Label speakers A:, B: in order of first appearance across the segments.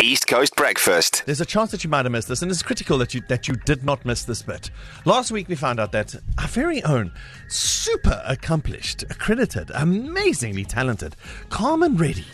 A: East Coast Breakfast.
B: There's a chance that you might have missed this, and it's critical that you that you did not miss this bit. Last week we found out that our very own super accomplished, accredited, amazingly talented Carmen Reddy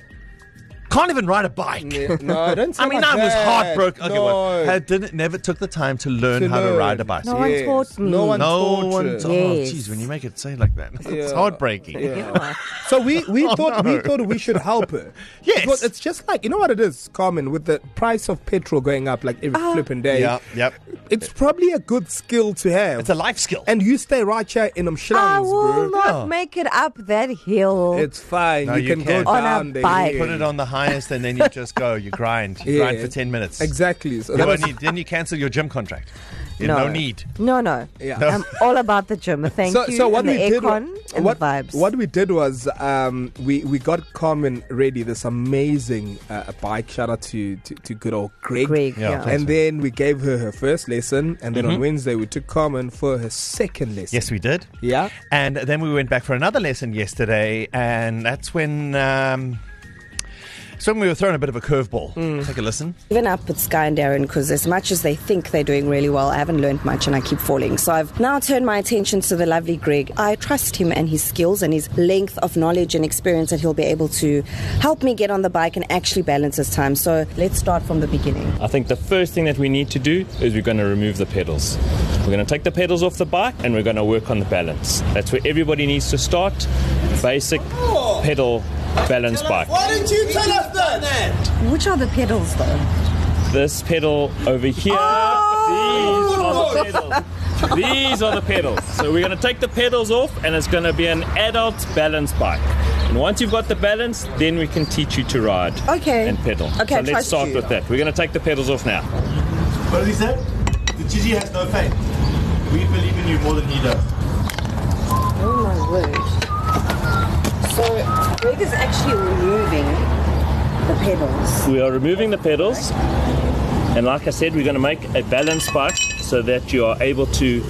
B: can't even ride a bike.
C: Yeah, no, don't.
B: I mean,
C: like
B: I was
C: that.
B: heartbroken. Okay,
C: no.
B: well, had- didn't never took the time to learn
C: To
B: how to
C: learn.
B: ride a bike.
D: No one
C: Yes.
D: taught me.
C: No one
B: No
C: taught
B: one.
C: you.
B: T- oh,
D: Yes.
B: jeez, when you make it say like that, it's
C: Yeah.
B: heartbreaking.
D: Yeah.
C: So we, we
B: Oh,
C: thought we
B: no.
C: thought we should help her.
B: Yes.
C: Because it's just like you know what it is, Carmen, with the price of petrol going up like every
D: Ah.
C: flipping day.
B: Yeah, yep.
C: It's probably a good skill to have.
B: It's a life skill.
C: and you stay right here in
D: I
C: Umshlans,
D: will
C: bro.
D: not
B: Yeah.
D: make it up that hill.
C: It's fine.
B: No,
C: you,
B: you
C: can,
B: can.
C: go
D: On a
C: down the
D: bike.
C: hill.
B: Put it on the highest, and then you just go. You grind. You
C: Yeah.
B: grind for ten minutes.
C: Exactly. So
B: You
C: that's-
B: don't need- then you cancel your gym contract. You
D: No.
B: no need.
D: no, no.
C: Yeah.
D: I'm all about the gym. Thank
C: so,
D: you.
C: so what
D: and
C: we
D: the
C: did, wa-
D: aircon and
C: what,
D: the vibes.
C: what we did was um, we we got Carmen ready this amazing uh, bike. Shout out to, to to good old Greg.
D: Greg,
B: Yeah,
D: yeah.
B: thanks. Mm-hmm.
C: And then we gave her her first lesson, and then on Wednesday we took Carmen for her second lesson.
B: Yes, we did.
C: Yeah.
B: And then we went back for another lesson yesterday, and that's when. Um, it's when we were thrown a bit of a curveball.
D: Mm.
B: Take a listen.
E: given up with Sky and Darren because as much as they think they're doing really well, I haven't learned much and I keep falling. So I've now turned my attention to the lovely Greg. I trust him and his skills and his length of knowledge and experience that he'll be able to help me get on the bike and actually balance his time. So let's start from the beginning.
F: I think the first thing that we need to do is we're going to remove the pedals. We're going to take the pedals off the bike and we're going to work on the balance. That's where everybody needs to start. Basic pedal balance bike.
G: didn't you tell us that?
E: Which are the pedals though?
F: This pedal over here. These are the pedals. These are the pedals. So we're going to take the pedals off and it's going to be an adult balance bike. And once you've got the balance, then we can teach you to ride
E: Okay.
F: and pedal.
E: Okay,
F: so
E: I
F: let's
E: trust
F: start
E: you.
F: with that. We're going to take the pedals off now.
H: What did he say? The Gigi has no faith. We believe in you more than he does.
E: Oh my word. So Greg is actually removing the pedals.
F: We are removing the pedals, and like I said, we're going to make a balance bike so that you are able to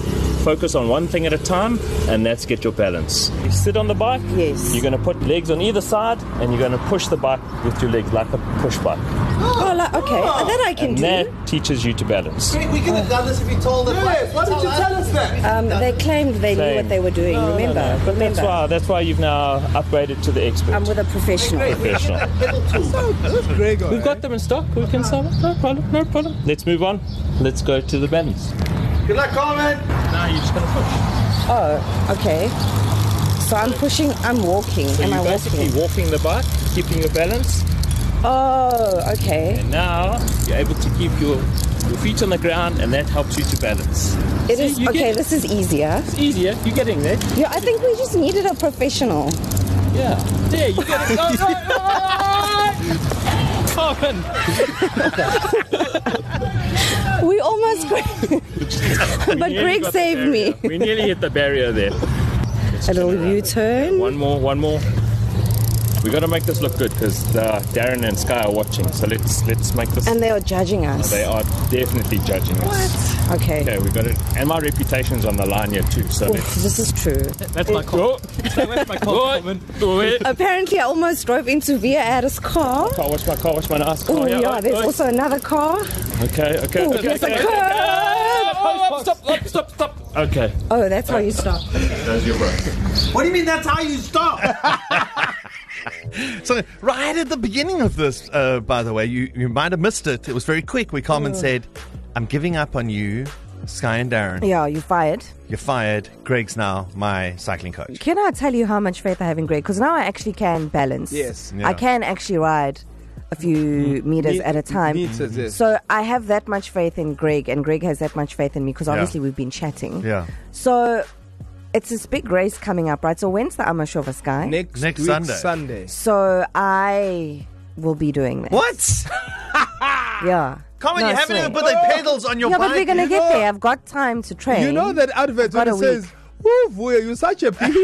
F: focus on one thing at a time, and that's get your balance. You sit on the bike.
E: Yes.
F: You're going to put legs on either side, and you're going to push the bike with your legs like a push bike.
E: Oh, like, okay. That I can
F: and
E: do.
F: that teaches you to balance.
G: We could have done this if you told us. Yes, why didn't you tell us that?
E: Um, they claimed they knew what they were doing. remember,
F: But that's
E: remember.
F: why that's why you've now upgraded to the expert.
E: I'm with a professional.
F: professional.
C: Greg, all
F: We've got them in stock. We can sell them. No problem. No problem. Let's move on. Let's go to the balance.
G: Good luck, Carmen.
F: Now you're just going to push.
E: Oh, okay. So I'm pushing. I'm walking.
F: So
E: Am I
F: you're basically
E: walking?
F: walking the bike, keeping your balance,
E: Oh, okay.
F: and now you're able to keep your, your feet on the ground, and that helps you to balance.
E: It
F: See,
E: is
F: you
E: okay.
F: get-
E: This is easier.
F: It's easier. You're getting there.
E: Yeah, I think we just needed a professional.
F: Yeah. There, you get it. Oh, no, Carmen.
E: We almost. got- but
F: nearly
E: Greg
F: got the
E: saved me.
F: barrier. We nearly hit the barrier there.
E: A little U-turn.
F: One more. One more. We got to make this look good because uh, Darren and Sky are watching. So let's let's make this.
E: And they are judging us.
F: Oh, they are definitely judging us.
E: Okay.
F: Okay, we got it. And my reputation's on the line here too. So let's.
E: Oof, this is true.
F: That's my car. Oh, That's my Oh, car. Wait.
E: Apparently, I almost drove into Via Ada's car.
F: Car, watch my car, watch my nice car.
E: Oh yeah, Oh, there's
F: oh.
E: also another car.
F: Okay, okay.
E: Ooh,
F: okay,
E: there's a
F: okay,
E: curb.
F: Oh, oh, stop, stop, stop, stop. Okay.
E: Oh, that's how you stop.
H: That's your brother.
G: What do you mean that's how you stop?
B: So, right at the beginning of this, uh, by the way, you, you might have missed it. It was very quick. We Carmen
D: Mm.
B: said, I'm giving up on you, Sky and Darren.
D: Yeah, you fired.
B: You're fired. Greg's now my cycling coach.
D: Can I tell you how much faith I have in Greg? Because now I actually can balance.
C: Yes.
B: Yeah.
D: I can actually ride a few meters at a time.
C: meters, yes.
D: So I have that much faith in Greg, and Greg has that much faith in me because obviously we've been chatting.
B: Yeah.
D: So it's this big race coming up, right? So when's the Amashova Sky?
C: next
B: Next
C: week,
B: Sunday.
C: Sunday.
D: So I will be doing that.
B: What?
D: Yeah.
B: Carmen,
D: No,
B: you
D: I
B: haven't even
D: swear.
B: put the pedals on your
D: Oh. Yeah,
B: bike.
D: but we're gonna get
C: know-
D: there. I've got time to train.
C: You know that advert
D: I've
C: when
D: got
C: it
D: a
C: says, "Woo, Vuyo, you're such a pig.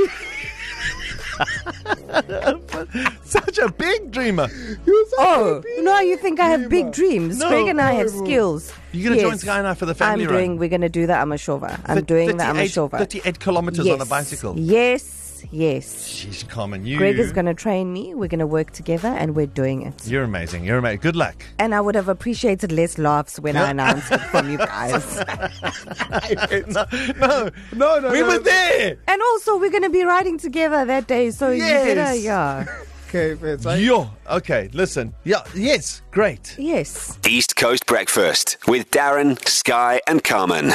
B: Such a big dreamer.
C: You're such a
D: Oh
C: pig."
D: no! You think I have big dreams?
B: No.
D: Greg and I have
C: No.
D: skills.
B: You're gonna join
D: Yes.
B: Sky and I for the family
D: I'm
B: run.
D: doing. We're gonna do the Amashova. I'm doing the
B: 38
D: Amashova.
B: 38 kilometers on a bicycle.
D: Yes. Yes, yes.
B: Sheesh, Carmen, you.
D: Greg is going to train me. We're going to work together, and we're doing it.
B: You're amazing. You're amazing. Good luck.
D: And I would have appreciated less laughs when I announced it from you guys.
B: no, no,
C: No, no,
B: we
C: no.
B: were there.
D: And also, we're going to be riding together that day, so you better,
B: Yes.
D: yeah.
C: Okay, it's like,
B: Yo, okay, listen. Yeah, yes, great.
D: Yes.
A: East Coast Breakfast with Darren, Sky, and Carmen.